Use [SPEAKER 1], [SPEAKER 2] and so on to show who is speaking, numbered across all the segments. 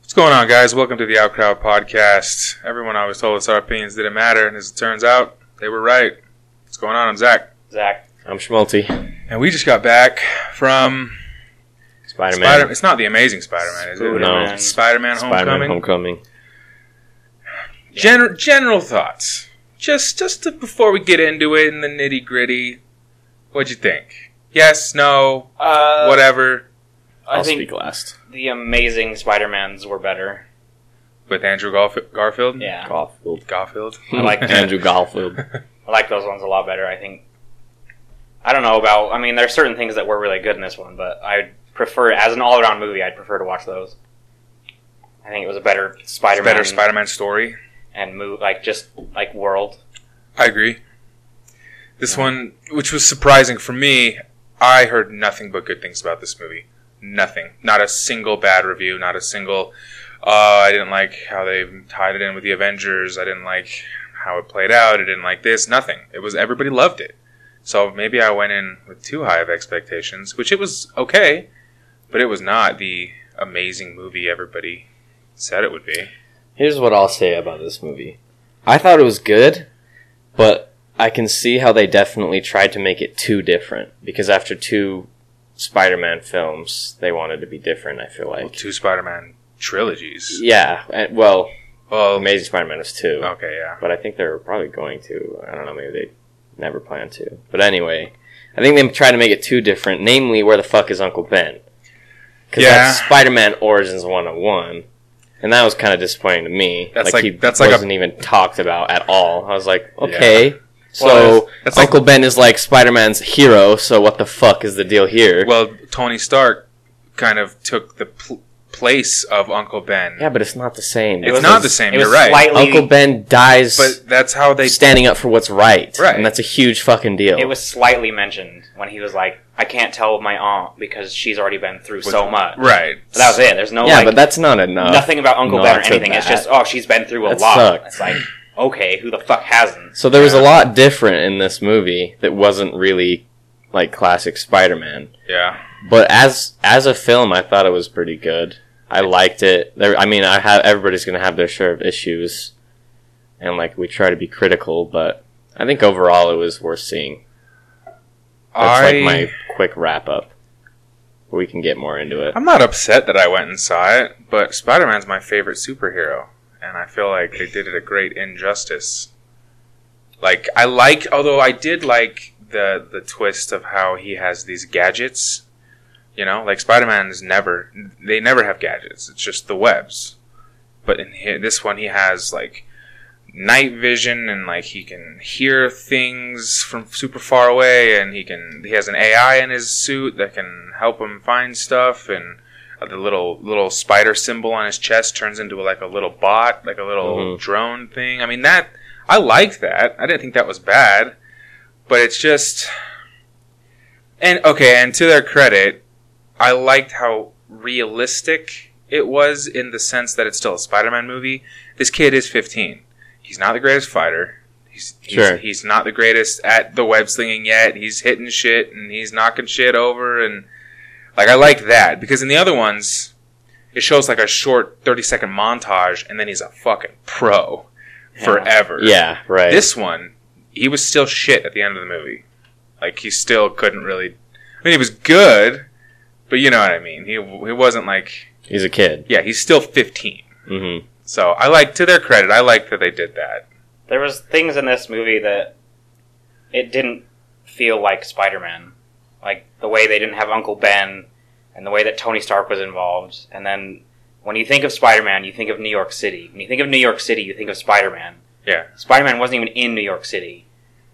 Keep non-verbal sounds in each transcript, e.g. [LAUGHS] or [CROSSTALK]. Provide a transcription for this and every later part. [SPEAKER 1] What's going on, guys? Welcome to the Out Crowd Podcast. Everyone always told us our opinions didn't matter, and as it turns out, they were right. What's going on? I'm Zach.
[SPEAKER 2] Zach.
[SPEAKER 3] I'm Schmalti.
[SPEAKER 1] And we just got back from
[SPEAKER 3] Spider
[SPEAKER 1] Spider
[SPEAKER 3] Man.
[SPEAKER 1] It's not the amazing Spider Man, is it?
[SPEAKER 3] No.
[SPEAKER 1] It's Spider-Man
[SPEAKER 3] Spider Man
[SPEAKER 1] Homecoming.
[SPEAKER 3] Homecoming.
[SPEAKER 1] Gener- general thoughts. Just just to, before we get into it and the nitty gritty, what'd you think? Yes, no,
[SPEAKER 2] Uh,
[SPEAKER 1] whatever.
[SPEAKER 2] I
[SPEAKER 3] I'll
[SPEAKER 2] think
[SPEAKER 3] speak last.
[SPEAKER 2] the amazing Spider-Mans were better.
[SPEAKER 1] With Andrew Garf-
[SPEAKER 3] Mm-hmm.
[SPEAKER 1] Garfield.
[SPEAKER 2] Yeah.
[SPEAKER 3] Garfield.
[SPEAKER 1] Garfield.
[SPEAKER 2] I like that.
[SPEAKER 1] [LAUGHS]
[SPEAKER 3] Andrew Garfield.
[SPEAKER 2] I like those ones a lot better, I think. I don't know about, I mean, there are certain things that were really good in this one, but I'd prefer, as an all-around movie, I'd prefer to watch those. I think it was a better
[SPEAKER 1] It's a
[SPEAKER 2] Spider-Man
[SPEAKER 1] better Spider-Man story.
[SPEAKER 2] and move, like, just, like, world.
[SPEAKER 1] I agree. This one, which was surprising for me, I heard nothing but good things about this movie. Nothing. Not a single bad review. Not a single. Uh, I didn't like how they tied it in with the Avengers. I didn't like how it played out. I didn't like this. Nothing. It was everybody loved it. So maybe I went in with too high of expectations, which it was okay, but it was not the amazing movie everybody said it would be.
[SPEAKER 3] Here's what I'll say about this movie. I thought it was good, but I can see how they definitely tried to make it too different because after two Spider-Man films, they wanted to be different. I feel
[SPEAKER 1] Well,
[SPEAKER 3] like.
[SPEAKER 1] two Spider-Man trilogies.
[SPEAKER 3] Yeah. and- Well,
[SPEAKER 1] Well,
[SPEAKER 3] Amazing Spider-Man was two,
[SPEAKER 1] okay, yeah.
[SPEAKER 3] but I think they were probably going to. I don't know. Maybe they never planned to. But anyway, I think they tried to make it too different. Namely, where the fuck is Uncle Ben? Because
[SPEAKER 1] Yeah.
[SPEAKER 3] that's Spider-Man Origins 101. And that was kind of disappointing to me.
[SPEAKER 1] That's like-
[SPEAKER 3] he
[SPEAKER 1] that's like a-
[SPEAKER 3] wasn't even talked about at all. I was like,
[SPEAKER 1] Yeah.
[SPEAKER 3] okay, so
[SPEAKER 1] Well, that's like-
[SPEAKER 3] Uncle Ben is like Spider-Man's hero. So what the fuck is the deal here?
[SPEAKER 1] Well, Tony Stark kind of took the pl- place of Uncle Ben.
[SPEAKER 3] yeah, but it's not the same.
[SPEAKER 1] It's
[SPEAKER 2] was
[SPEAKER 1] not
[SPEAKER 2] a-
[SPEAKER 1] the same,
[SPEAKER 2] It was
[SPEAKER 1] you're right.
[SPEAKER 2] Slightly,
[SPEAKER 3] Uncle Ben dies
[SPEAKER 1] But that's how they.
[SPEAKER 3] standing up for what's right,
[SPEAKER 1] Right.
[SPEAKER 3] and that's a huge fucking deal.
[SPEAKER 2] It was slightly mentioned when he was like, I can't tell my aunt because she's already been through so much.
[SPEAKER 1] Right.
[SPEAKER 2] But that was it. There's no,
[SPEAKER 3] yeah,
[SPEAKER 2] like,
[SPEAKER 3] but that's not enough.
[SPEAKER 2] nothing about Uncle
[SPEAKER 3] No,
[SPEAKER 2] Ben or
[SPEAKER 3] to
[SPEAKER 2] anything. It's
[SPEAKER 3] that.
[SPEAKER 2] just, oh, she's been through a
[SPEAKER 3] That
[SPEAKER 2] lot.
[SPEAKER 3] sucked.
[SPEAKER 2] It's like, okay, who the fuck hasn't?
[SPEAKER 3] So there was a lot different in this movie that wasn't really like classic Spider-Man.
[SPEAKER 1] Yeah.
[SPEAKER 3] But as as a film, I thought it was pretty good. I liked it. There, I mean, I have everybody's gonna have their share of issues, and like we try to be critical, but I think overall it was worth seeing. That's
[SPEAKER 1] I,
[SPEAKER 3] like my quick wrap up. We can get more into it.
[SPEAKER 1] I'm not upset that I went and saw it, but Spider Man's my favorite superhero, and I feel like they did it a great injustice. Like, I like, although I did like the, the twist of how he has these gadgets. You know, like Spider Man is never, they never have gadgets, it's just the webs. but in here, this one he has like night vision and like he can hear things from super far away and he can he has an AI in his suit that can help him find stuff and the little little spider symbol on his chest turns into like a little bot like a little
[SPEAKER 3] Mhm.
[SPEAKER 1] drone thing. I mean that I liked that. I didn't think that was bad, but it's just and okay, and to their credit, I liked how realistic it was in the sense that it's still a Spider-Man movie. This kid is 15. He's not the greatest fighter. He's he's,
[SPEAKER 3] Sure.
[SPEAKER 1] he's not the greatest at the web slinging yet. He's hitting shit and he's knocking shit over and like I like that because in the other ones it shows like a short 30 second montage and then he's a fucking pro forever.
[SPEAKER 3] yeah, right.
[SPEAKER 1] This one, he was still shit at the end of the movie. Like he still couldn't really. I mean, he was good, but you know what I mean. He he wasn't like
[SPEAKER 3] He's a kid.
[SPEAKER 1] yeah. He's still fifteen.
[SPEAKER 3] hmm
[SPEAKER 1] So I like to their credit. I like that they did that.
[SPEAKER 2] There was things in this movie that it didn't feel like Spider-Man, like the way they didn't have Uncle Ben, and the way that Tony Stark was involved. And then when you think of Spider-Man, you think of New York City. When you think of New York City, you think of Spider-Man.
[SPEAKER 1] Yeah.
[SPEAKER 2] Spider-Man wasn't even in New York City.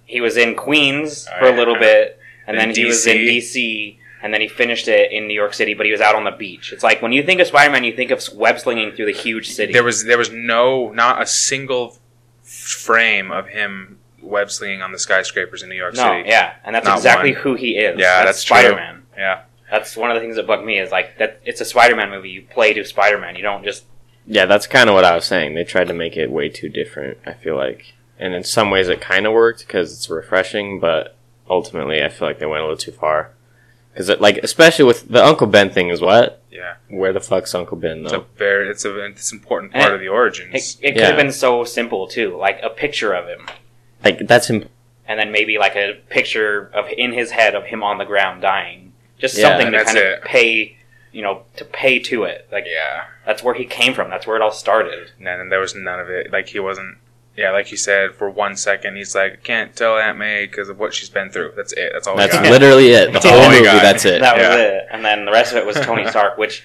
[SPEAKER 2] He was in Queens
[SPEAKER 1] Oh,
[SPEAKER 2] for
[SPEAKER 1] yeah.
[SPEAKER 2] a little bit, and
[SPEAKER 1] Then
[SPEAKER 2] then he was in
[SPEAKER 1] DC.
[SPEAKER 2] DC, and then he finished it in New York City. But he was out on the beach. It's like when you think of Spider-Man, you think of web slinging through the huge city.
[SPEAKER 1] There was there was no not a single f- frame of him web slinging on the skyscrapers in New York
[SPEAKER 2] No,
[SPEAKER 1] City.
[SPEAKER 2] yeah, and that's
[SPEAKER 1] Not
[SPEAKER 2] exactly
[SPEAKER 1] one.
[SPEAKER 2] who he is.
[SPEAKER 1] Yeah, that's true.
[SPEAKER 2] Spider-Man.
[SPEAKER 1] Yeah.
[SPEAKER 2] That's one of the things that bugged me is like that. It's a Spider-Man movie. You play to Spider-Man. You don't just
[SPEAKER 3] Yeah, that's kind of what I was saying. They tried to make it way too different, I feel like. And in some ways it kind of worked because it's refreshing, but ultimately I feel like they went a little too far. Because like especially with the Uncle Ben thing is what?
[SPEAKER 1] Yeah,
[SPEAKER 3] Where the fuck's Uncle Ben
[SPEAKER 1] it's
[SPEAKER 3] though?
[SPEAKER 1] a very it's a it's an important
[SPEAKER 2] And
[SPEAKER 1] part of the
[SPEAKER 2] It,
[SPEAKER 1] origins.
[SPEAKER 2] it could
[SPEAKER 3] Yeah.
[SPEAKER 2] have been so simple too, like a picture of him,
[SPEAKER 3] like that's imp-
[SPEAKER 2] and then maybe like a picture of in his head of him on the ground dying. Just
[SPEAKER 3] Yeah.
[SPEAKER 2] something to
[SPEAKER 1] That's
[SPEAKER 2] kind
[SPEAKER 1] it.
[SPEAKER 2] of pay, you know, to pay to it. Like
[SPEAKER 1] yeah,
[SPEAKER 2] that's where he came from. That's where it all started.
[SPEAKER 1] and then there was none of it. Like he wasn't. Yeah, like you said, for one second he's like, I can't tell Aunt May because of what she's been through. That's it. That's all. we
[SPEAKER 3] that's [LAUGHS]
[SPEAKER 1] got.
[SPEAKER 3] literally it. The
[SPEAKER 1] That's
[SPEAKER 3] whole
[SPEAKER 1] all we
[SPEAKER 3] movie.
[SPEAKER 1] got.
[SPEAKER 3] That's it.
[SPEAKER 2] That was
[SPEAKER 1] Yeah.
[SPEAKER 2] it. And then the rest of it was
[SPEAKER 1] [LAUGHS]
[SPEAKER 2] Tony Stark, which,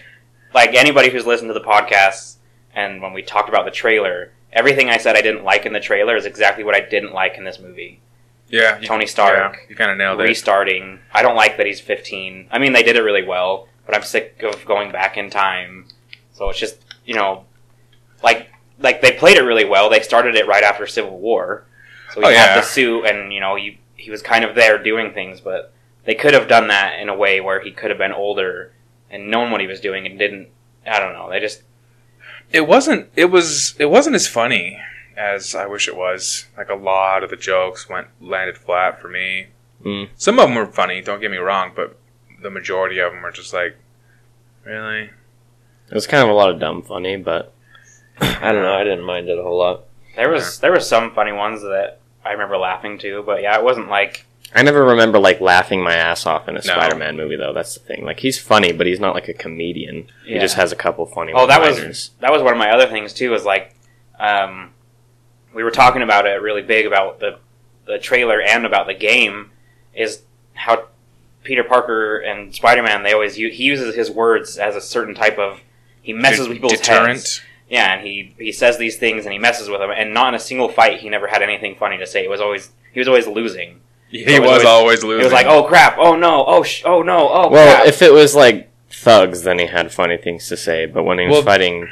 [SPEAKER 2] like anybody who's listened to the podcast and when we talked about the trailer, everything I said I didn't like in the trailer is exactly what I didn't like in this movie.
[SPEAKER 1] yeah, you,
[SPEAKER 2] Tony Stark.
[SPEAKER 1] yeah, you kind of nailed it.
[SPEAKER 2] restarting. I don't like that he's 15. I mean, they did it really well, but I'm sick of going back in time. So it's just you know, like like they played it really well. They started it right after Civil War, so he
[SPEAKER 1] Oh,
[SPEAKER 2] had
[SPEAKER 1] yeah.
[SPEAKER 2] the suit, and you know he he was kind of there doing things, but they could have done that in a way where he could have been older and known what he was doing and didn't. I don't know. They just
[SPEAKER 1] it wasn't it was it wasn't as funny as I wish it was. Like a lot of the jokes went landed flat for me.
[SPEAKER 3] Mm.
[SPEAKER 1] Some of them were funny, don't get me wrong, but the majority of them are just like, really.
[SPEAKER 3] It was kind of a lot of dumb funny, but I don't know. I didn't mind it a whole lot.
[SPEAKER 2] there was there were some funny ones that I remember laughing to, but yeah, it wasn't like
[SPEAKER 3] I never remember like laughing my ass off in a
[SPEAKER 1] No.
[SPEAKER 3] Spider-Man movie though. That's the thing. Like he's funny, but he's not like a comedian. He
[SPEAKER 2] Yeah.
[SPEAKER 3] just has a couple funny.
[SPEAKER 2] Oh, that was-
[SPEAKER 3] one-liners.
[SPEAKER 2] that was one of my other things too. Was like, um, we were talking about it really big about the the trailer and about the game is how Peter Parker and Spider Man they always u- he uses his words as a certain type of he messes
[SPEAKER 1] de-
[SPEAKER 2] with people's heads. Yeah, and he he says these things and he messes with them, and not in a single fight he never had anything funny to say. It was always he was always losing.
[SPEAKER 1] He
[SPEAKER 2] It was
[SPEAKER 1] was always losing.
[SPEAKER 2] It was like, oh crap, oh no, oh sh- oh no, oh
[SPEAKER 3] Well,
[SPEAKER 2] crap.
[SPEAKER 3] if it was like thugs, then he had funny things to say. But when he was
[SPEAKER 1] Well-
[SPEAKER 3] fighting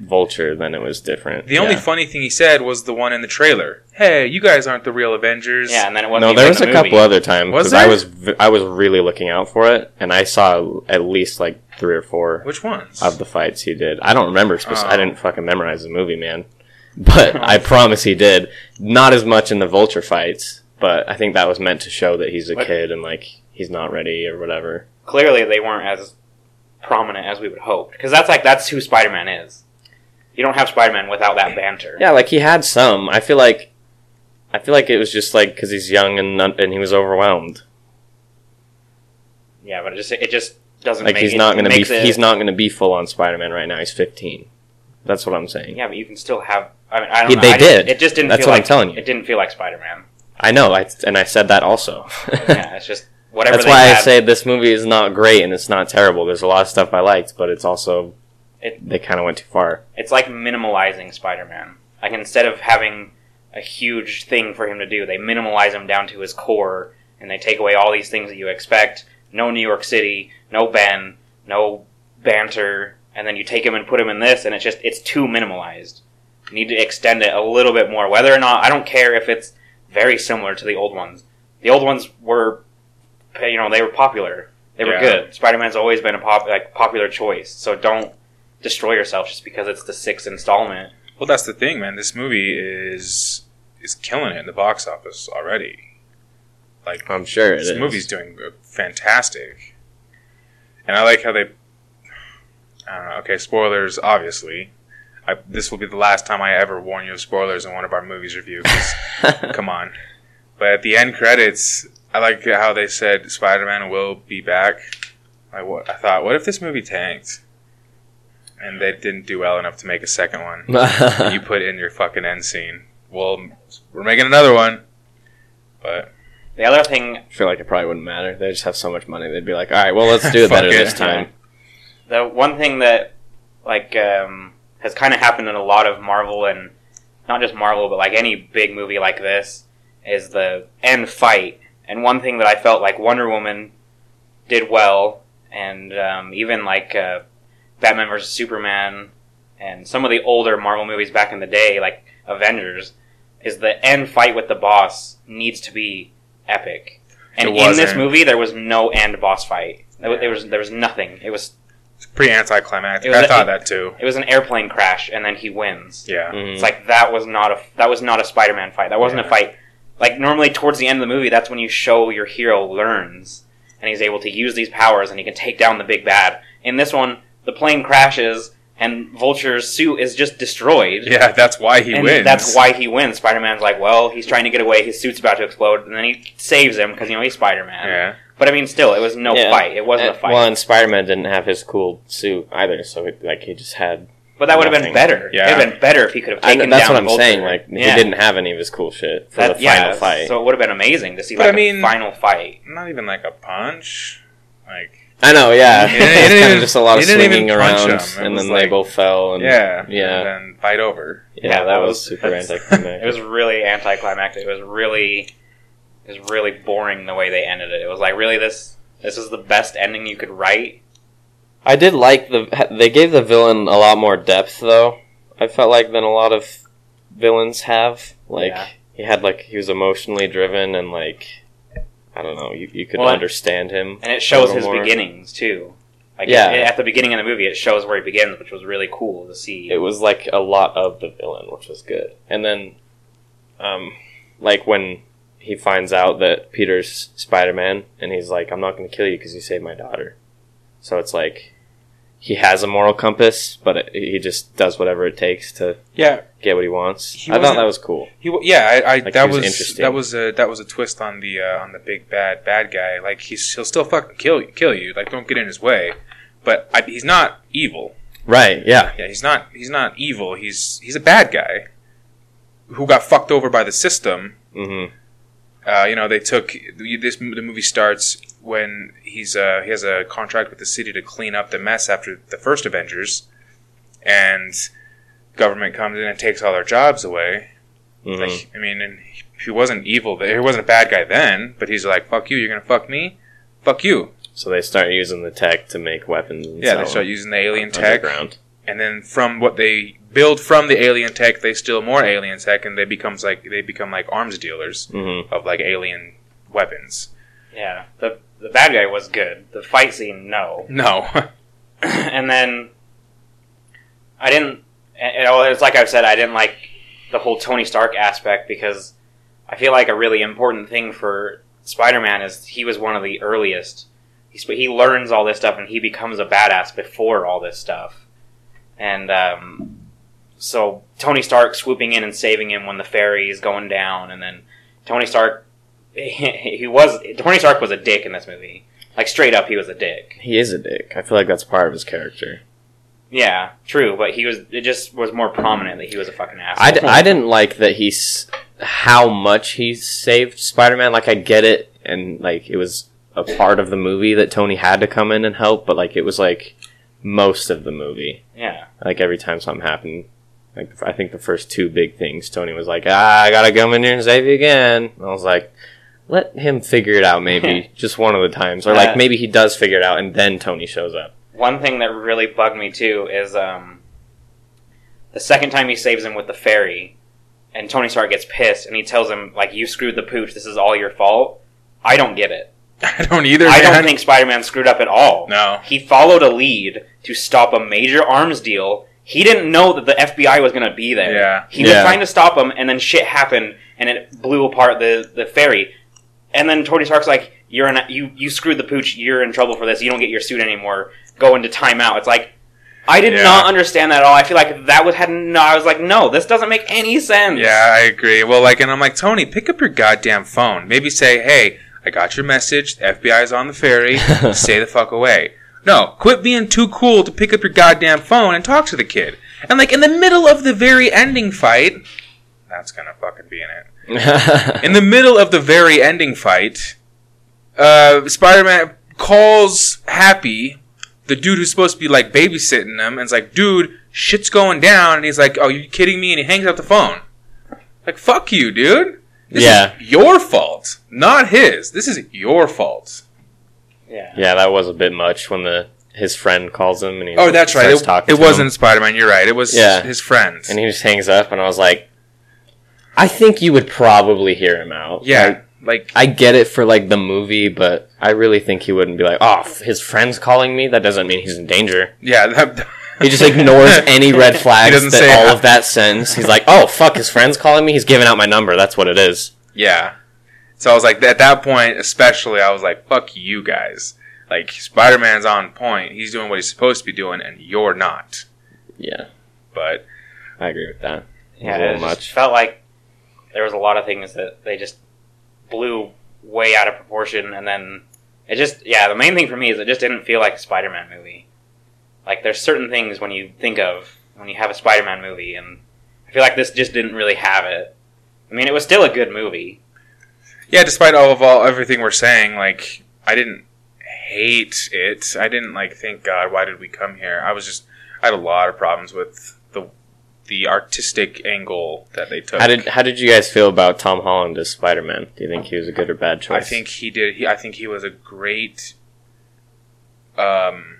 [SPEAKER 3] Vulture, then it was different.
[SPEAKER 2] oh,
[SPEAKER 1] The only
[SPEAKER 3] Yeah.
[SPEAKER 1] funny thing he said was the one in the trailer. Hey, you guys aren't the real Avengers.
[SPEAKER 2] yeah, and then it wasn't
[SPEAKER 3] no,
[SPEAKER 2] even
[SPEAKER 3] there
[SPEAKER 2] in
[SPEAKER 3] was
[SPEAKER 2] the
[SPEAKER 3] a couple
[SPEAKER 2] movie.
[SPEAKER 3] other times
[SPEAKER 1] Was
[SPEAKER 3] because I
[SPEAKER 1] there?
[SPEAKER 3] was v- I was really looking out for it, and I saw at least like three or four
[SPEAKER 1] Which ones?
[SPEAKER 3] of the fights he did. I don't remember. Speci-
[SPEAKER 1] Oh.
[SPEAKER 3] I didn't fucking memorize the movie, man. But I promise he did. Not as much in the vulture fights, but I think that was meant to show that he's a
[SPEAKER 2] What?
[SPEAKER 3] kid and like he's not ready or whatever.
[SPEAKER 2] clearly they weren't as prominent as we would hope because that's like that's who spider-man is you don't have spider-man without that banter
[SPEAKER 3] Yeah, like he had some. I feel like, I feel like it was just like because he's young and not, and he was overwhelmed.
[SPEAKER 2] yeah but it just it just doesn't
[SPEAKER 3] Like
[SPEAKER 2] make
[SPEAKER 3] he's
[SPEAKER 2] it-
[SPEAKER 3] not gonna be
[SPEAKER 2] makes it-
[SPEAKER 3] he's not gonna be full on Spider Man right now. He's fifteen. That's what I'm saying.
[SPEAKER 2] yeah but you can still have i mean i don't
[SPEAKER 3] He-
[SPEAKER 2] know
[SPEAKER 3] they
[SPEAKER 2] I didn't-
[SPEAKER 3] did.
[SPEAKER 2] it just didn't
[SPEAKER 3] That's
[SPEAKER 2] feel
[SPEAKER 3] what I'm
[SPEAKER 2] like
[SPEAKER 3] telling you.
[SPEAKER 2] it didn't feel like
[SPEAKER 3] [LAUGHS]
[SPEAKER 2] spider-man
[SPEAKER 3] I know. I and I said that also. [LAUGHS]
[SPEAKER 2] yeah it's just whatever
[SPEAKER 3] That's
[SPEAKER 2] they
[SPEAKER 3] why
[SPEAKER 2] had,
[SPEAKER 3] I say this movie is not great and it's not terrible. There's a lot of stuff I liked, but it's also
[SPEAKER 2] It-
[SPEAKER 3] they kind of went too far.
[SPEAKER 2] it's like minimalizing spider-man like instead of having a huge thing for him to do they minimalize him down to his core and they take away all these things that you expect no new york city no ben no banter and then you take him and put him in this and it's just it's too minimalized you need to extend it a little bit more whether or not i don't care if it's very similar to the old ones the old ones were you know they were popular they were
[SPEAKER 1] Yeah.
[SPEAKER 2] good spider-man's always been a pop, like popular choice so don't destroy yourself just because it's the sixth installment
[SPEAKER 1] Well, that's the thing, man. This movie is is killing it in the box office already. Like
[SPEAKER 3] I'm sure Oh, it
[SPEAKER 1] this movie's
[SPEAKER 3] [LAUGHS]
[SPEAKER 1] doing fantastic, and I like how they. I don't know. Okay, spoilers. Obviously, I, this will be the last time I ever warn you of spoilers in one of our movies
[SPEAKER 3] [LAUGHS]
[SPEAKER 1] review. 'cause come on. But at the end credits, I like how they said Spider-Man will be back. I, wa- I thought, what if this movie tanked, and they didn't do well enough to make a second one?
[SPEAKER 2] [LAUGHS]
[SPEAKER 1] and you put in your fucking end scene. Well, we're making another one, but
[SPEAKER 2] the other thing
[SPEAKER 3] I feel like it probably wouldn't matter. They just have so much money. They'd be like, all right, well, let's
[SPEAKER 2] [LAUGHS]
[SPEAKER 3] do it
[SPEAKER 1] Fuck
[SPEAKER 3] better
[SPEAKER 1] it.
[SPEAKER 3] this time.
[SPEAKER 2] the one thing that like um, has kind of happened in a lot of Marvel and not just Marvel, but like any big movie like this is the end fight. And one thing that I felt like Wonder Woman did well, and um, even like uh, Batman versus Superman, and some of the older Marvel movies back in the day, like Avengers, is the end fight with the boss needs to be epic. And
[SPEAKER 1] It
[SPEAKER 2] in this
[SPEAKER 1] wasn't.
[SPEAKER 2] movie, there was no end boss fight. There was-
[SPEAKER 1] Yeah.
[SPEAKER 2] there was there was nothing. It was
[SPEAKER 1] it's pretty anticlimactic.
[SPEAKER 2] It was
[SPEAKER 1] I
[SPEAKER 2] a-
[SPEAKER 1] thought that too.
[SPEAKER 2] it was an airplane crash, and then he wins.
[SPEAKER 1] Yeah,
[SPEAKER 3] Mm-hmm.
[SPEAKER 2] It's like that was not a that was not a Spider-Man fight. That wasn't a
[SPEAKER 1] Mm. Yeah.
[SPEAKER 2] fight. Like normally, towards the end of the movie, that's when you show your hero learns, and he's able to use these powers and he can take down the big bad. In this one, the plane crashes and Vulture's suit is just destroyed.
[SPEAKER 1] Yeah, that's why he
[SPEAKER 2] and
[SPEAKER 1] wins.
[SPEAKER 2] That's why he wins. Spider Man's like, well, he's trying to get away. His suit's about to explode, and then he saves him because you know he's Spider Man.
[SPEAKER 1] Yeah.
[SPEAKER 2] But I mean, still, it was no
[SPEAKER 3] Yeah.
[SPEAKER 2] fight. It wasn't a
[SPEAKER 3] And-
[SPEAKER 2] fight.
[SPEAKER 3] Eh, Well, and Spider Man didn't have his cool suit either, so it, like he just had.
[SPEAKER 2] but that would have been
[SPEAKER 3] nothing.
[SPEAKER 2] better.
[SPEAKER 1] Yeah.
[SPEAKER 2] It would have been better if he could have
[SPEAKER 3] I
[SPEAKER 2] taken
[SPEAKER 3] know, that's
[SPEAKER 2] down
[SPEAKER 3] what I'm
[SPEAKER 2] Vulture.
[SPEAKER 3] saying. Like
[SPEAKER 2] Yeah.
[SPEAKER 3] he didn't have any of his cool shit for
[SPEAKER 2] That-
[SPEAKER 3] the
[SPEAKER 2] yeah,
[SPEAKER 3] final fight.
[SPEAKER 2] So it would have been amazing to see
[SPEAKER 1] But
[SPEAKER 2] like
[SPEAKER 1] I mean-
[SPEAKER 2] a final fight.
[SPEAKER 1] Not even like a punch. Like
[SPEAKER 3] I know, yeah.
[SPEAKER 1] He
[SPEAKER 3] It's
[SPEAKER 1] didn't- he
[SPEAKER 3] kind
[SPEAKER 1] didn't
[SPEAKER 3] of
[SPEAKER 1] even-
[SPEAKER 3] just a lot of
[SPEAKER 1] he didn't even
[SPEAKER 3] swinging
[SPEAKER 1] punch
[SPEAKER 3] around,
[SPEAKER 1] him. It
[SPEAKER 3] and
[SPEAKER 1] was
[SPEAKER 3] then
[SPEAKER 1] like-
[SPEAKER 3] they both fell.
[SPEAKER 2] Um,
[SPEAKER 3] And
[SPEAKER 1] yeah.
[SPEAKER 3] yeah.
[SPEAKER 1] And then fight over.
[SPEAKER 3] yeah,
[SPEAKER 2] Yeah,
[SPEAKER 3] that,
[SPEAKER 2] that
[SPEAKER 3] was,
[SPEAKER 2] was-
[SPEAKER 3] super
[SPEAKER 2] that's- [LAUGHS]
[SPEAKER 3] anticlimactic.
[SPEAKER 2] It was really anticlimactic. It was really, it was really boring the way they ended it. It was like really this. This is the best ending you could write.
[SPEAKER 3] I did like the. They gave the villain a lot more depth, though. I felt like than a lot of villains have. Like
[SPEAKER 2] Yeah.
[SPEAKER 3] he had like he was emotionally driven, and like I don't know, you, you could
[SPEAKER 2] Well,
[SPEAKER 3] understand him.
[SPEAKER 2] And it shows
[SPEAKER 3] little
[SPEAKER 2] his
[SPEAKER 3] more.
[SPEAKER 2] beginnings too. Like
[SPEAKER 3] Yeah.
[SPEAKER 2] it- at the beginning of the movie, it shows where he begins, which was really cool to see.
[SPEAKER 3] It was like a lot of the villain, which was good. And then, um, like when he finds out that Peter's Spider Man, and he's like, "I'm not going to kill you because you saved my daughter." So it's like he has a moral compass, but it, he just does whatever it takes to
[SPEAKER 1] Yeah.
[SPEAKER 3] get what he wants.
[SPEAKER 1] He
[SPEAKER 3] I thought
[SPEAKER 1] wasn't-
[SPEAKER 3] that was cool.
[SPEAKER 1] He, wa- yeah, I, I
[SPEAKER 3] Like,
[SPEAKER 1] that
[SPEAKER 3] he was
[SPEAKER 1] was,
[SPEAKER 3] interesting.
[SPEAKER 1] that was a that was a twist on the uh, on the big bad bad guy. Like he's he'll still fucking kill you, kill you. Like don't get in his way. But I, he's not evil.
[SPEAKER 3] Right. Yeah.
[SPEAKER 1] Yeah, he's not he's not evil. He's he's a bad guy who got fucked over by the system.
[SPEAKER 3] Mm-hmm.
[SPEAKER 1] Uh, you know, they took this. The movie starts when he's uh, he has a contract with the city to clean up the mess after the first Avengers, and government comes in and takes all their jobs away.
[SPEAKER 3] mm-hmm.
[SPEAKER 2] Mm.
[SPEAKER 1] Like, I mean, and he wasn't evil. There. He wasn't a bad guy then, but he's like, "Fuck you! You're gonna fuck me." Fuck you!
[SPEAKER 3] So they start using the tech to make weapons. And
[SPEAKER 1] Yeah,
[SPEAKER 3] sell
[SPEAKER 1] they start
[SPEAKER 3] them
[SPEAKER 1] using the alien tech,
[SPEAKER 3] underground.
[SPEAKER 1] and then from what they build from the alien tech, they steal more alien tech, and they becomes like they become like arms dealers
[SPEAKER 3] Mhm.
[SPEAKER 1] of like alien weapons.
[SPEAKER 2] Yeah, the the bad guy was good. The fight scene, no.
[SPEAKER 1] No, [LAUGHS]
[SPEAKER 2] [CLEARS THROAT] and then I didn't. It, it's like I've said, I didn't like the whole Tony Stark aspect because I feel like a really important thing for Spider-Man is he was one of the earliest. He sp- he learns all this stuff and he becomes a badass before all this stuff, and um, so Tony Stark swooping in and saving him when the ferry is going down, and then Tony Stark. [LAUGHS] He was Tony Stark was a dick in this movie. Like straight up, he was a dick.
[SPEAKER 3] He is a dick. I feel like that's part of his character.
[SPEAKER 2] Yeah, true, but he was. It just was more prominent that he was a fucking asshole.
[SPEAKER 3] I, d- I didn't like that he's how much he saved Spider-Man. Like I get it, and like it was a part of the movie that Tony had to come in and help, but like it was like most of the movie.
[SPEAKER 2] [LAUGHS] Yeah,
[SPEAKER 3] Like every time something happened, like I think the first two big things, Tony was like, "Ah, I gotta come in here and save you again." And I was like, "Let him figure it out,
[SPEAKER 1] [LAUGHS]
[SPEAKER 3] maybe just one of the times, or
[SPEAKER 2] Uh,
[SPEAKER 3] like maybe he does figure it out, and then Tony
[SPEAKER 1] [LAUGHS]
[SPEAKER 3] shows up."
[SPEAKER 2] one thing that really bugged me too is um, the second time he saves him with the ferry, and Tony Stark gets pissed, and he tells him like, "You screwed the pooch. This is all your fault." I don't get it.
[SPEAKER 1] I don't either.
[SPEAKER 2] I don't
[SPEAKER 1] man.
[SPEAKER 2] think Spider-Man screwed up at all.
[SPEAKER 1] No.
[SPEAKER 2] He followed a lead to stop a major arms deal. He didn't know that the FBI was going to be there.
[SPEAKER 1] Yeah.
[SPEAKER 2] He was
[SPEAKER 3] Yeah.
[SPEAKER 2] trying to stop him, and then shit happened, and it blew apart the, the ferry. And then Tony Stark's like, "You're in, you you screwed the pooch. You're in trouble for this. You don't get your suit anymore. Go into timeout." It's like, I did
[SPEAKER 1] Yeah.
[SPEAKER 2] not understand that at all. I feel like that was had no. I was like, no, this doesn't make any sense.
[SPEAKER 1] Yeah, I agree. Well, like, and I'm like, Tony, pick up your goddamn phone. Maybe say, hey, I got your message. The FBI's on the ferry. Stay the fuck away. No, quit being too cool to pick up your goddamn phone and talk to the kid. And like in the middle of the very ending fight, that's gonna fucking be in it. In the middle of the very ending fight, uh, Spider-Man calls Happy, the dude who's supposed to be like babysitting him, and is like, dude, shit's going down. And he's like, oh, you kidding me? And he hangs up the phone. Like, fuck you, dude. This
[SPEAKER 3] Yeah.
[SPEAKER 1] is your fault, not his. This is your fault.
[SPEAKER 2] yeah.
[SPEAKER 3] Yeah, that was a bit much when the his friend calls him and he
[SPEAKER 1] Oh, that's right.
[SPEAKER 3] starts
[SPEAKER 1] It,
[SPEAKER 3] talking
[SPEAKER 1] it
[SPEAKER 3] to him,
[SPEAKER 1] wasn't Spider-Man. You're right. It was
[SPEAKER 3] Yeah.
[SPEAKER 1] his friend.
[SPEAKER 3] and he just hangs up and I was like I think you would probably hear him out.
[SPEAKER 1] yeah, like,
[SPEAKER 3] Like, I get it for like the movie, but I really think he wouldn't be like, "Oh, f- his friend's calling me. That doesn't mean he's in danger."
[SPEAKER 1] yeah, that,
[SPEAKER 3] He
[SPEAKER 1] [LAUGHS]
[SPEAKER 3] just ignores any red flags.
[SPEAKER 1] doesn't
[SPEAKER 3] that
[SPEAKER 1] say
[SPEAKER 3] all
[SPEAKER 1] how-
[SPEAKER 3] of that sentence. He's like, "Oh, fuck, his friend's calling me. He's giving out my number. That's what it is."
[SPEAKER 1] yeah. So I was like, at that point, especially, I was like, fuck you guys. Like, Spider Man's on point. He's doing what he's supposed to be doing, and you're not.
[SPEAKER 3] Yeah,
[SPEAKER 1] But
[SPEAKER 3] I agree with that.
[SPEAKER 2] Yeah,
[SPEAKER 3] a little
[SPEAKER 2] it
[SPEAKER 3] much.
[SPEAKER 2] just felt like there was a lot of things that they just blew way out of proportion, and then it just yeah. The main thing for me is it just didn't feel like a Spider-Man movie. Like there's certain things when you think of when you have a Spider-Man movie, and I feel like this just didn't really have it. I mean, it was still a good movie.
[SPEAKER 1] yeah, despite all of all everything we're saying, like, I didn't hate it. I didn't like think, God, why did we come here? I was just, I had a lot of problems with the the artistic angle that they took.
[SPEAKER 3] How did how did you guys feel about Tom Holland as Spider Man? Do you think he was a good or bad choice?
[SPEAKER 1] I think he did. He, I think he was a great. Um.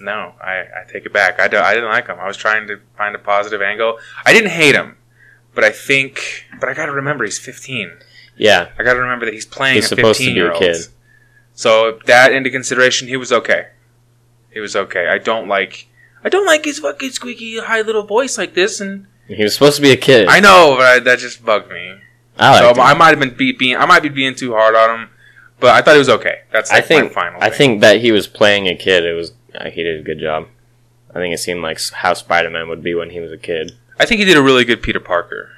[SPEAKER 1] No, I, I take it back. I, do, I didn't like him. I was trying to find a positive angle. I didn't hate him, but I think. But I got to remember he's 15.
[SPEAKER 3] yeah,
[SPEAKER 1] I got to remember that he's playing
[SPEAKER 3] He's
[SPEAKER 1] a
[SPEAKER 3] supposed to be a
[SPEAKER 1] 15 year old.
[SPEAKER 3] kid.
[SPEAKER 1] So that into consideration, he was okay. He was okay. I don't like. I don't like his fucking squeaky high little voice like this, and
[SPEAKER 3] he was supposed to be a kid.
[SPEAKER 1] I know, but I, that just bugged me.
[SPEAKER 3] I
[SPEAKER 1] So
[SPEAKER 3] liked him.
[SPEAKER 1] I might have been be, being I might be being too hard on him, but I thought it was okay. That's
[SPEAKER 3] I
[SPEAKER 1] like
[SPEAKER 3] think
[SPEAKER 1] my final.
[SPEAKER 3] I
[SPEAKER 1] thing.
[SPEAKER 3] think that he was playing a kid. It was uh, he did a good job. I think it seemed like s- how Spider Man would be when he was a kid.
[SPEAKER 1] I think he did a really good Peter Parker,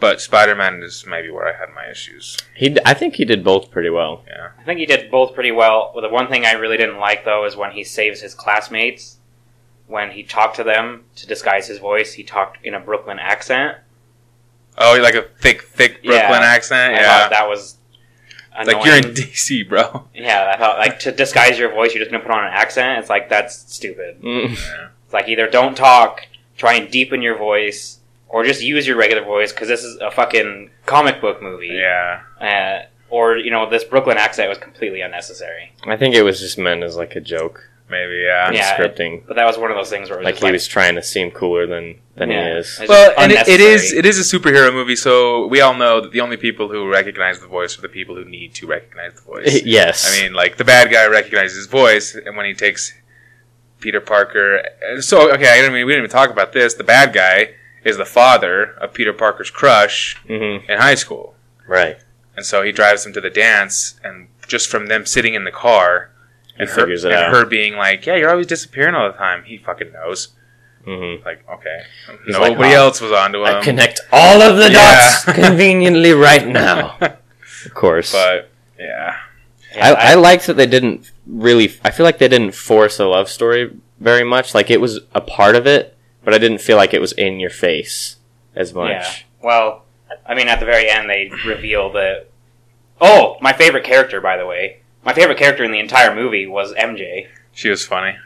[SPEAKER 1] but Spider Man is maybe where I had my issues.
[SPEAKER 3] He d- I think he did both pretty well.
[SPEAKER 2] I think he did both pretty well. Well, the one thing I really didn't like though is when he saves his classmates. When he talked to them to disguise his voice, he talked in a Brooklyn accent.
[SPEAKER 1] Oh, like a thick, thick Brooklyn
[SPEAKER 2] Yeah.
[SPEAKER 1] accent.
[SPEAKER 2] I
[SPEAKER 1] Yeah,
[SPEAKER 2] thought that was annoying.
[SPEAKER 1] like you're in DC, [LAUGHS] bro.
[SPEAKER 2] Yeah, I thought like to disguise your voice, you're just gonna put on an accent. It's like that's stupid.
[SPEAKER 3] Mm.
[SPEAKER 2] It's like either don't talk, try and deepen your voice, or just use your regular voice because this is a fucking comic book movie.
[SPEAKER 1] Yeah,
[SPEAKER 2] Uh, or you know, this Brooklyn accent was completely unnecessary.
[SPEAKER 3] I think it was just meant as like a joke
[SPEAKER 1] maybe. Yeah.
[SPEAKER 3] in
[SPEAKER 2] Yeah, it-
[SPEAKER 3] scripting.
[SPEAKER 2] But that was one of those things where it was
[SPEAKER 3] like
[SPEAKER 2] just
[SPEAKER 3] he was trying to seem cooler than than
[SPEAKER 2] Yeah.
[SPEAKER 3] he is.
[SPEAKER 2] It's
[SPEAKER 1] Well,
[SPEAKER 2] just
[SPEAKER 1] and it, it is
[SPEAKER 2] unnecessary.
[SPEAKER 1] it is a superhero movie, so we all know that the only people who recognize the voice are the people who need to recognize the [LAUGHS] voice.
[SPEAKER 3] yes.
[SPEAKER 1] I mean, like the bad guy recognizes his voice, and when he takes Peter Parker, uh, so okay, I mean, we didn't even talk about this. The bad guy is the father of Peter Parker's crush
[SPEAKER 3] Mhm.
[SPEAKER 1] in high school,
[SPEAKER 3] right.
[SPEAKER 1] and so he drives him to the dance, and just from them sitting in the car,
[SPEAKER 3] He
[SPEAKER 1] and, her,
[SPEAKER 3] figures it
[SPEAKER 1] and
[SPEAKER 3] out.
[SPEAKER 1] her being like, "Yeah, you're always disappearing all the time," he fucking knows.
[SPEAKER 3] hmm
[SPEAKER 1] Like, okay,
[SPEAKER 3] He's like,
[SPEAKER 1] nobody
[SPEAKER 3] "Wow,
[SPEAKER 1] else was onto him.
[SPEAKER 3] I
[SPEAKER 1] [LAUGHS]
[SPEAKER 3] connect all of the
[SPEAKER 1] um, yeah.
[SPEAKER 3] dots conveniently right now. Of course.
[SPEAKER 1] but yeah,
[SPEAKER 2] Yeah,
[SPEAKER 3] I, I, liked that they didn't really. I feel like they didn't force a love story very much. Like it was a part of it, but I didn't feel like it was in your face as much.
[SPEAKER 2] Yeah. Well, I mean, at the very end, they reveal that. Oh, my favorite character, by the way. My favorite character in the entire movie was MJ.
[SPEAKER 1] she was funny.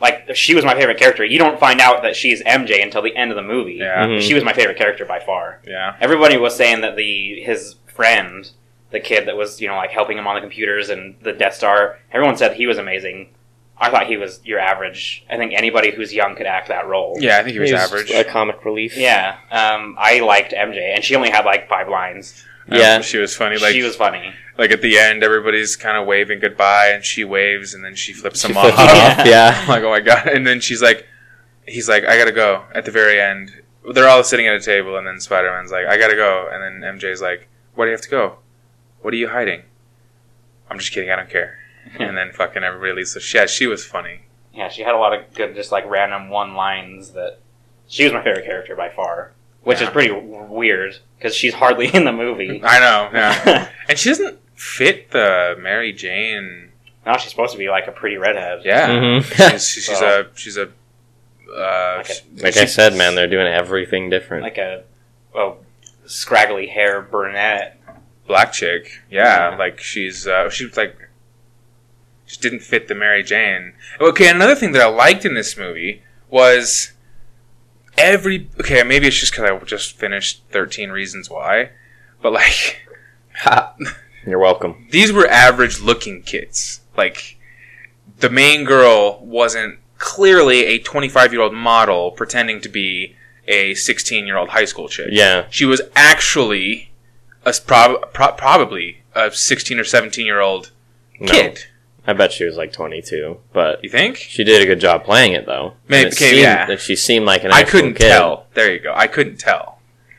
[SPEAKER 2] Like, she was my favorite character. You don't find out that she's MJ until the end of the movie.
[SPEAKER 1] Yeah,
[SPEAKER 3] Mhm.
[SPEAKER 2] She was my favorite character by far.
[SPEAKER 1] yeah,
[SPEAKER 2] Everybody was saying that the his friend, the kid that was you know like helping him on the computers and the Death Star. Everyone said he was amazing. I thought he was your average. I think anybody who's young could act that role.
[SPEAKER 1] yeah. I think he was,
[SPEAKER 3] He was
[SPEAKER 1] average.
[SPEAKER 3] a comic relief. [LAUGHS]
[SPEAKER 2] Yeah. Um, I liked MJ, and she only had like five lines.
[SPEAKER 1] Um,
[SPEAKER 3] Yeah.
[SPEAKER 1] she was funny. Like
[SPEAKER 2] she was funny.
[SPEAKER 1] like at the end, everybody's kind of waving goodbye, and she waves, and then she flips
[SPEAKER 3] She
[SPEAKER 1] him
[SPEAKER 3] flipped
[SPEAKER 1] off.
[SPEAKER 3] it off,
[SPEAKER 1] I'm
[SPEAKER 3] [LAUGHS] yeah.
[SPEAKER 1] like, oh my god! And then she's like, he's like, I gotta go. At the very end, they're all sitting at a table, and then Spider Man's like, I gotta go. And then MJ's like, Where do you have to go? What are you hiding? I'm just kidding. I don't care. and then fucking everybody leaves. So yeah, she was funny.
[SPEAKER 2] Yeah, she had a lot of good, just like random one lines that. She was my favorite character by far, which
[SPEAKER 1] Yeah.
[SPEAKER 2] is pretty w- weird because she's hardly in the movie.
[SPEAKER 1] I know. Yeah. and she doesn't fit the Mary Jane.
[SPEAKER 2] [LAUGHS] now she's supposed to be like a pretty redhead.
[SPEAKER 1] Yeah.
[SPEAKER 3] Mhm.
[SPEAKER 1] She's, she's
[SPEAKER 2] Well.
[SPEAKER 1] a she's a. Uh,
[SPEAKER 2] Like
[SPEAKER 3] [LAUGHS] like I said, man, they're doing everything different.
[SPEAKER 2] like a, a scraggly hair brunette.
[SPEAKER 1] black chick. Yeah,
[SPEAKER 2] Yeah.
[SPEAKER 1] like she's uh, she was like just didn't fit the Mary Jane. Okay, another thing that I liked in this movie was every okay maybe it's just because I just finished Thirteen Reasons Why, but like [LAUGHS]
[SPEAKER 3] You're welcome.
[SPEAKER 1] these were average looking kids. Like the main girl wasn't clearly a 25 year old model pretending to be a 16 year old high school chick.
[SPEAKER 3] Yeah.
[SPEAKER 1] She was actually a s- prob- pro- probably a 16 or 17 year old
[SPEAKER 3] No.
[SPEAKER 1] kid.
[SPEAKER 3] I bet she was like 22, but
[SPEAKER 1] You think?
[SPEAKER 3] she did a good job playing it though. And
[SPEAKER 1] Maybe-
[SPEAKER 3] it
[SPEAKER 1] okay,
[SPEAKER 3] seemed
[SPEAKER 1] yeah.
[SPEAKER 3] that she seemed like an.
[SPEAKER 1] I
[SPEAKER 3] actual
[SPEAKER 1] couldn't
[SPEAKER 3] kid.
[SPEAKER 1] tell. There you go. I couldn't tell.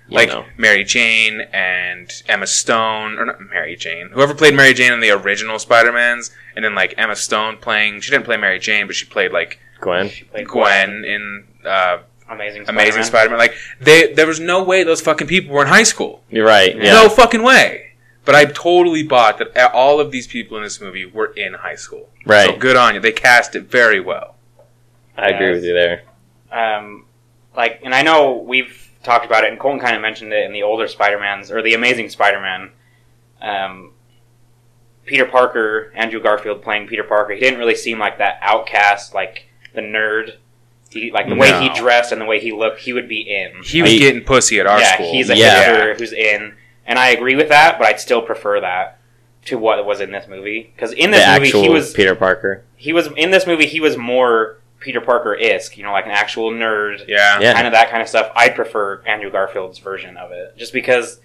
[SPEAKER 3] you
[SPEAKER 1] like
[SPEAKER 3] know.
[SPEAKER 1] Mary Jane and Emma Stone, or not Mary Jane, whoever played Mary Jane in the original Spider Mans, and then like Emma Stone playing. She didn't play Mary Jane, but she played like
[SPEAKER 3] Gwen.
[SPEAKER 2] She played
[SPEAKER 1] Gwen in uh,
[SPEAKER 2] Amazing Spider-Man.
[SPEAKER 1] Amazing Spider Man. Like they, there was no way those fucking people were in high school.
[SPEAKER 3] You're right. Yeah.
[SPEAKER 1] No fucking way. But I totally bought that all of these people in this movie were in high school.
[SPEAKER 3] Right.
[SPEAKER 1] So good on you. They cast it very well.
[SPEAKER 3] I agree with you there.
[SPEAKER 2] um, like, and I know we've talked about it, and Colton kind of mentioned it in the older Spider-Mans or the Amazing Spider-Man. Um, Peter Parker, Andrew Garfield playing Peter Parker, he didn't really seem like that outcast, like the nerd. He, like the way he
[SPEAKER 1] No.
[SPEAKER 2] dressed and the way he looked, he would be in.
[SPEAKER 1] He was
[SPEAKER 3] He-
[SPEAKER 1] getting pussy at our
[SPEAKER 2] yeah,
[SPEAKER 1] school.
[SPEAKER 2] he's a
[SPEAKER 3] Yeah.
[SPEAKER 2] hipster who's in, and I agree with that, but I'd still prefer that to what was in this movie. Because in
[SPEAKER 3] The
[SPEAKER 2] this movie,
[SPEAKER 3] actual
[SPEAKER 2] he was
[SPEAKER 3] Peter Parker.
[SPEAKER 2] he was in this movie. He was more Peter Parker isk, you know, like an actual nerd
[SPEAKER 1] yeah.
[SPEAKER 3] Yeah.
[SPEAKER 2] kind of that kind of stuff. I prefer Andrew Garfield's version of it, just because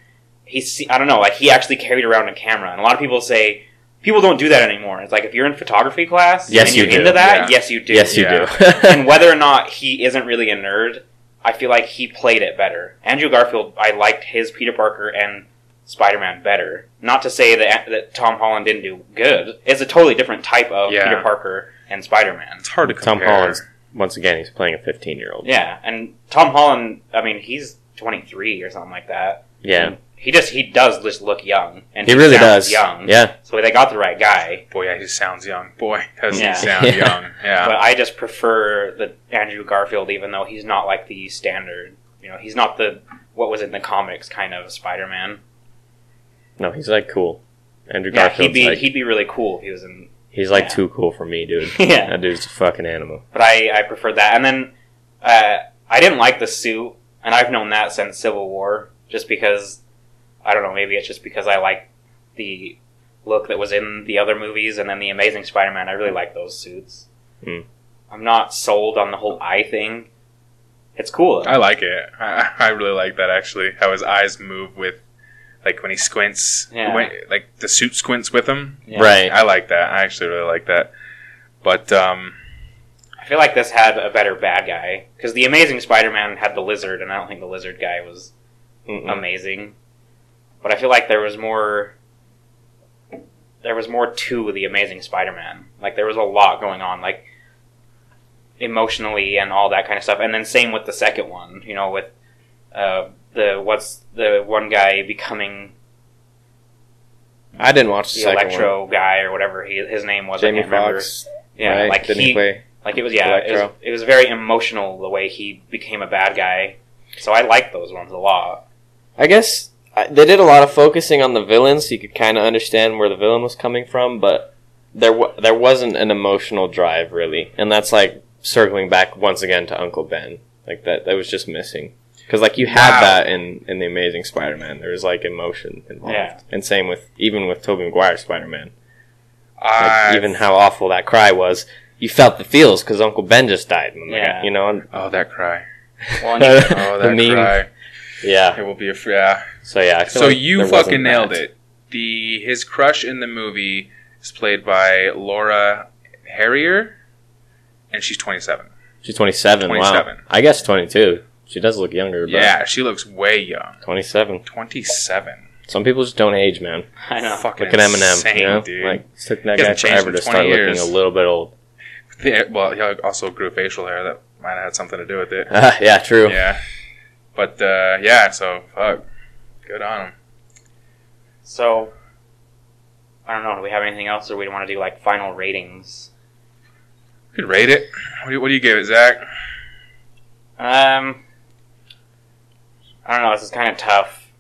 [SPEAKER 2] he's I don't know, like he actually carried around a camera, and a lot of people say people don't do that anymore. It's like if you're in photography class,
[SPEAKER 3] Yes,
[SPEAKER 2] and
[SPEAKER 3] you
[SPEAKER 2] you're
[SPEAKER 3] do.
[SPEAKER 2] into that,
[SPEAKER 1] Yeah.
[SPEAKER 2] yes, you do.
[SPEAKER 3] Yes, you
[SPEAKER 1] Yeah.
[SPEAKER 3] do. [LAUGHS]
[SPEAKER 2] and whether or not he isn't really a nerd, I feel like he played it better. Andrew Garfield, I liked his Peter Parker and Spider-Man better. Not to say that that Tom Holland didn't do good. It's a totally different type of
[SPEAKER 1] Yeah.
[SPEAKER 2] Peter Parker and Spider-Man.
[SPEAKER 1] It's hard to compare.
[SPEAKER 3] Tom Holland's once again. He's playing a 15 year old.
[SPEAKER 2] Yeah, and Tom Holland, I mean, he's 23 or something like that.
[SPEAKER 3] Yeah.
[SPEAKER 2] He just he does just look young, and
[SPEAKER 3] He really
[SPEAKER 2] sounds
[SPEAKER 3] does.
[SPEAKER 2] young.
[SPEAKER 3] Yeah.
[SPEAKER 2] So they got the right guy,
[SPEAKER 1] Boy, yeah, he sounds young. Boy, [LAUGHS] does
[SPEAKER 2] Yeah.
[SPEAKER 1] he sound
[SPEAKER 3] Yeah.
[SPEAKER 1] young. Yeah.
[SPEAKER 2] but I just prefer the Andrew Garfield, even though he's not like the standard. You know, he's not the what was in the comics kind of Spider-Man.
[SPEAKER 3] No, he's like cool. Andrew
[SPEAKER 2] Yeah, he'd
[SPEAKER 3] Garfield's
[SPEAKER 2] be
[SPEAKER 3] like
[SPEAKER 2] he'd be really cool if he was in.
[SPEAKER 3] he's like
[SPEAKER 2] yeah.
[SPEAKER 3] too cool for me, dude.
[SPEAKER 2] [LAUGHS] yeah,
[SPEAKER 3] That dude's a fucking animal.
[SPEAKER 2] but I, I preferred that. And then uh, I didn't like the suit, and I've known that since Civil War, just because I don't know. Maybe it's just because I like the look that was in the other movies, and then the Amazing Spider-Man. I really like those suits.
[SPEAKER 3] Hmm.
[SPEAKER 2] I'm not sold on the whole eye thing. It's cool.
[SPEAKER 1] I like it. I, I really like that actually. How his eyes move with, like when he squints,
[SPEAKER 2] Yeah.
[SPEAKER 1] when- like the suit squints with him.
[SPEAKER 2] Yeah.
[SPEAKER 3] Right.
[SPEAKER 1] I like that. I actually really like that. But um,
[SPEAKER 2] I feel like this had a better bad guy because the Amazing Spider-Man had the lizard, and I don't think the lizard guy was
[SPEAKER 3] Mm-mm.
[SPEAKER 2] amazing. But I feel like there was more. There was more to the Amazing Spider-Man. Like there was a lot going on, like emotionally and all that kind of stuff. And then same with the second one, you know, with uh, the what's the one guy becoming
[SPEAKER 3] I didn't watch the,
[SPEAKER 2] the
[SPEAKER 3] second one.
[SPEAKER 2] Electro guy or whatever he, his name was. I
[SPEAKER 3] Jamie
[SPEAKER 2] can't remember.
[SPEAKER 3] Foxx.
[SPEAKER 2] yeah,
[SPEAKER 3] right?
[SPEAKER 2] like
[SPEAKER 3] didn't
[SPEAKER 2] he,
[SPEAKER 3] he play?
[SPEAKER 2] like it was yeah, it was,
[SPEAKER 3] Electro?
[SPEAKER 2] it was very emotional the way he became a bad guy. So I like those ones a
[SPEAKER 3] [LAUGHS]
[SPEAKER 2] lot.
[SPEAKER 3] I guess I, they did a lot of focusing on the villain, so you could kind of understand where the villain was coming from, but there wa there wasn't an emotional drive really, and that's like circling back once again to Uncle Ben, like that that was just missing. Because like you had
[SPEAKER 1] Wow.
[SPEAKER 3] that in, in the Amazing Spider-Man, there was like emotion involved,
[SPEAKER 2] Yeah.
[SPEAKER 3] and same with even with Tobey Maguire's Spider-Man, like,
[SPEAKER 1] I
[SPEAKER 3] even how awful that cry was, you felt the feels because Uncle Ben just died, and, like,
[SPEAKER 2] Yeah.
[SPEAKER 3] you know, and,
[SPEAKER 1] oh that
[SPEAKER 3] [LAUGHS]
[SPEAKER 1] cry,
[SPEAKER 2] Well, and you-
[SPEAKER 1] oh
[SPEAKER 3] The
[SPEAKER 1] that
[SPEAKER 3] meme.
[SPEAKER 1] cry,
[SPEAKER 3] yeah.
[SPEAKER 1] it will be a f- yeah.
[SPEAKER 3] So yeah, I feel
[SPEAKER 1] So
[SPEAKER 3] like
[SPEAKER 1] you
[SPEAKER 3] there wasn't
[SPEAKER 1] fucking nailed
[SPEAKER 3] that.
[SPEAKER 1] it. The his crush in the movie is played by Laura Harrier, and she's 27.
[SPEAKER 3] She's 27.
[SPEAKER 1] 27.
[SPEAKER 3] Wow. I guess 22. She does look younger, but
[SPEAKER 1] Yeah, she looks way young.
[SPEAKER 3] 27.
[SPEAKER 1] 27.
[SPEAKER 3] Some people just don't age, man.
[SPEAKER 2] I know.
[SPEAKER 1] Fucking
[SPEAKER 3] Look at Eminem.
[SPEAKER 1] insane,
[SPEAKER 3] you know?
[SPEAKER 1] dude.
[SPEAKER 3] Like, it took that
[SPEAKER 1] He
[SPEAKER 3] guy
[SPEAKER 1] hasn't changed
[SPEAKER 3] forever
[SPEAKER 1] in
[SPEAKER 3] to start
[SPEAKER 1] 20 years.
[SPEAKER 3] looking a little bit old. [LAUGHS]
[SPEAKER 1] Yeah, well, he also grew facial hair. That might have had something to do with it.
[SPEAKER 3] Ah, yeah, true.
[SPEAKER 1] Yeah. But uh, yeah, so fuck. Good on him.
[SPEAKER 2] So, I don't know. Do we have anything else, or we want to do like final ratings?
[SPEAKER 1] You could rate it. What do, you, what do you give it, Zach?
[SPEAKER 2] Um, I don't know. This is kind of tough.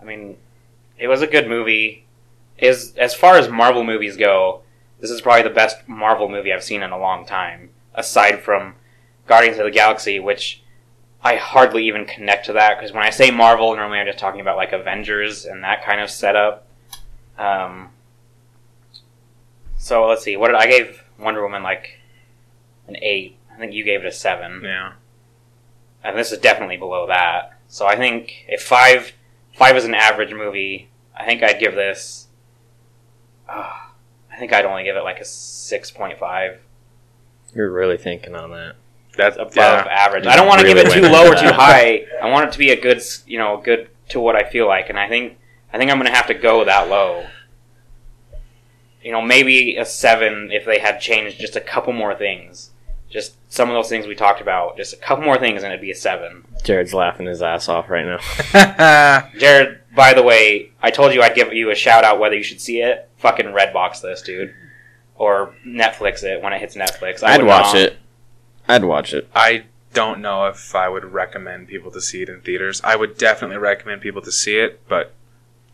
[SPEAKER 2] I mean, it was a good movie. Is as far as Marvel movies go, this is probably the best Marvel movie I've seen in a long time, aside from Guardians of the Galaxy, which I hardly even connect to that because when I say Marvel, normally I'm just talking about like Avengers and that kind of setup. Um, so let's see. What did I gave Wonder Woman like an eight? I think you gave it a seven
[SPEAKER 1] Yeah.
[SPEAKER 2] and this is definitely below that. So I think if five five is an average movie, I think I'd give this. Uh, I think I'd only give it like a six point five.
[SPEAKER 3] You're really thinking on that.
[SPEAKER 1] That's
[SPEAKER 2] above
[SPEAKER 1] yeah.
[SPEAKER 2] average.
[SPEAKER 3] Yeah,
[SPEAKER 2] I don't want to
[SPEAKER 3] really
[SPEAKER 2] give it too
[SPEAKER 3] went
[SPEAKER 2] low or
[SPEAKER 3] into
[SPEAKER 2] too
[SPEAKER 3] that.
[SPEAKER 2] high. I want it to be a good, s- you know, good to what I feel like, and I think I think I'm going to have to go that low. You know, maybe a seven if they had changed just a couple more things, just some of those things we talked about, just a couple more things, and it'd be a seven.
[SPEAKER 3] Jared's laughing his ass off right
[SPEAKER 1] [LAUGHS]
[SPEAKER 3] now.
[SPEAKER 2] Jared, by the way, I told you I'd give you a shout out whether you should see it. Fucking Redbox this, dude, or Netflix it when it hits Netflix. I
[SPEAKER 3] I'd
[SPEAKER 2] would
[SPEAKER 3] watch
[SPEAKER 2] not-
[SPEAKER 3] it. I'd watch it. [LAUGHS]
[SPEAKER 1] I don't know if I would recommend people to see it in theaters. I would definitely recommend people to see it, but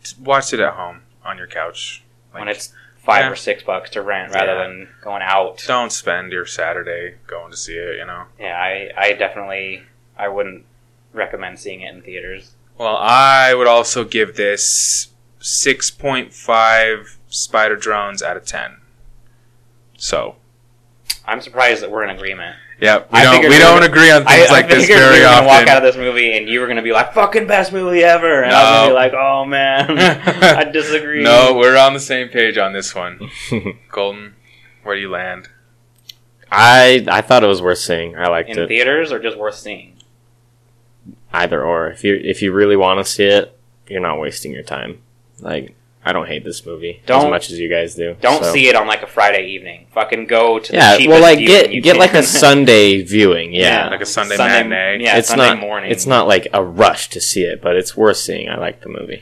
[SPEAKER 1] t- watch it at home on your couch.
[SPEAKER 2] when it's five
[SPEAKER 1] Yeah.
[SPEAKER 2] or six bucks to rent rather
[SPEAKER 1] Yeah.
[SPEAKER 2] than going out.
[SPEAKER 1] don't spend your Saturday going to see it. You know.
[SPEAKER 2] Yeah, I, I definitely I wouldn't recommend seeing it in theaters.
[SPEAKER 1] Well, I would also give this 6.5 spider drones out of 10. So,
[SPEAKER 2] I'm surprised that we're in agreement.
[SPEAKER 1] yeah, we
[SPEAKER 2] I
[SPEAKER 1] don't,
[SPEAKER 2] figured
[SPEAKER 1] we
[SPEAKER 2] we
[SPEAKER 1] don't
[SPEAKER 2] would-
[SPEAKER 1] agree on
[SPEAKER 2] I,
[SPEAKER 1] things like
[SPEAKER 2] I
[SPEAKER 1] this
[SPEAKER 2] figured we
[SPEAKER 1] very
[SPEAKER 2] were gonna walk out
[SPEAKER 1] often.
[SPEAKER 2] of this movie and you were gonna be like, "Fucking best movie ever," and I was gonna be
[SPEAKER 1] No.
[SPEAKER 2] like,
[SPEAKER 1] [LAUGHS]
[SPEAKER 2] "Oh man, I disagree."
[SPEAKER 1] No, we're on the same page on this one. Golden, where do you land?
[SPEAKER 3] I I thought it was worth seeing. I liked
[SPEAKER 2] in
[SPEAKER 3] it.
[SPEAKER 2] theaters or just worth seeing.
[SPEAKER 3] Either or. If you if you really want to see it, you're not wasting your time. Like I don't hate this movie
[SPEAKER 2] Don't-
[SPEAKER 3] as much as you guys do.
[SPEAKER 2] Don't
[SPEAKER 3] so.
[SPEAKER 2] see it on like a Friday evening. Fucking go to the
[SPEAKER 3] Yeah,
[SPEAKER 2] cheapest
[SPEAKER 3] well, like
[SPEAKER 2] viewing
[SPEAKER 3] get
[SPEAKER 2] you
[SPEAKER 3] get
[SPEAKER 2] can. [LAUGHS]
[SPEAKER 3] like a Sunday viewing. Yeah,
[SPEAKER 1] like a Sunday matinee.
[SPEAKER 2] Yeah,
[SPEAKER 3] it's
[SPEAKER 2] Sunday
[SPEAKER 3] not
[SPEAKER 2] morning.
[SPEAKER 3] It's not like a rush to see it, but it's worth seeing. I like the movie.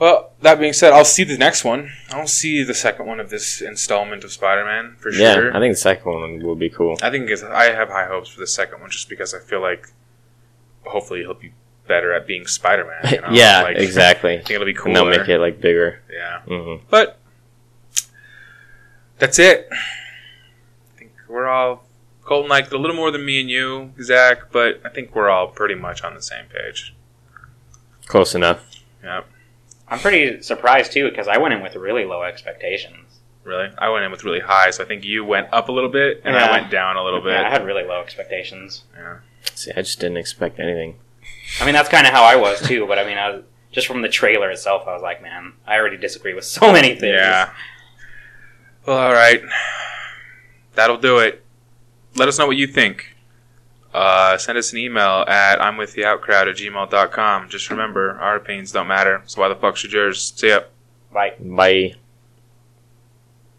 [SPEAKER 1] Well, that being said, I'll see the next one. I'll see the second one of this installment of Spider Man for
[SPEAKER 3] yeah,
[SPEAKER 1] sure.
[SPEAKER 3] I think the second one will be cool.
[SPEAKER 1] I think it's, I have high hopes for the second one just because I feel like hopefully he'll be better at being Spider Man.
[SPEAKER 3] [LAUGHS]
[SPEAKER 1] You know?
[SPEAKER 3] yeah,
[SPEAKER 1] Like,
[SPEAKER 3] exactly.
[SPEAKER 1] I think it'll be cool.
[SPEAKER 3] And they'll make it like bigger.
[SPEAKER 1] Yeah.
[SPEAKER 3] hmm
[SPEAKER 1] But that's it. I think we're all Colton liked it a little more than me and you, Zach, but I think we're all pretty much on the same page.
[SPEAKER 3] Close enough.
[SPEAKER 1] Yep.
[SPEAKER 2] I'm pretty surprised too because I went in with really low expectations.
[SPEAKER 1] Really? I went in with really high, so I think you went up a little bit and
[SPEAKER 2] Yeah.
[SPEAKER 1] I went down a little
[SPEAKER 3] Mm-hmm.
[SPEAKER 1] bit.
[SPEAKER 2] Yeah, I had really low expectations.
[SPEAKER 3] See, I just didn't expect anything.
[SPEAKER 2] I mean, that's kind of how I was too. But I mean, I was, just from the trailer itself, I was like, man, I already disagree with so many things.
[SPEAKER 1] Yeah. Well, all right. That'll do it. Let us know what you think. Uh, send us an email at imwiththeoutcrowd at gmail.com. Just remember, our opinions don't matter, so why the fuck should yours? See ya.
[SPEAKER 2] Like.
[SPEAKER 3] Bye.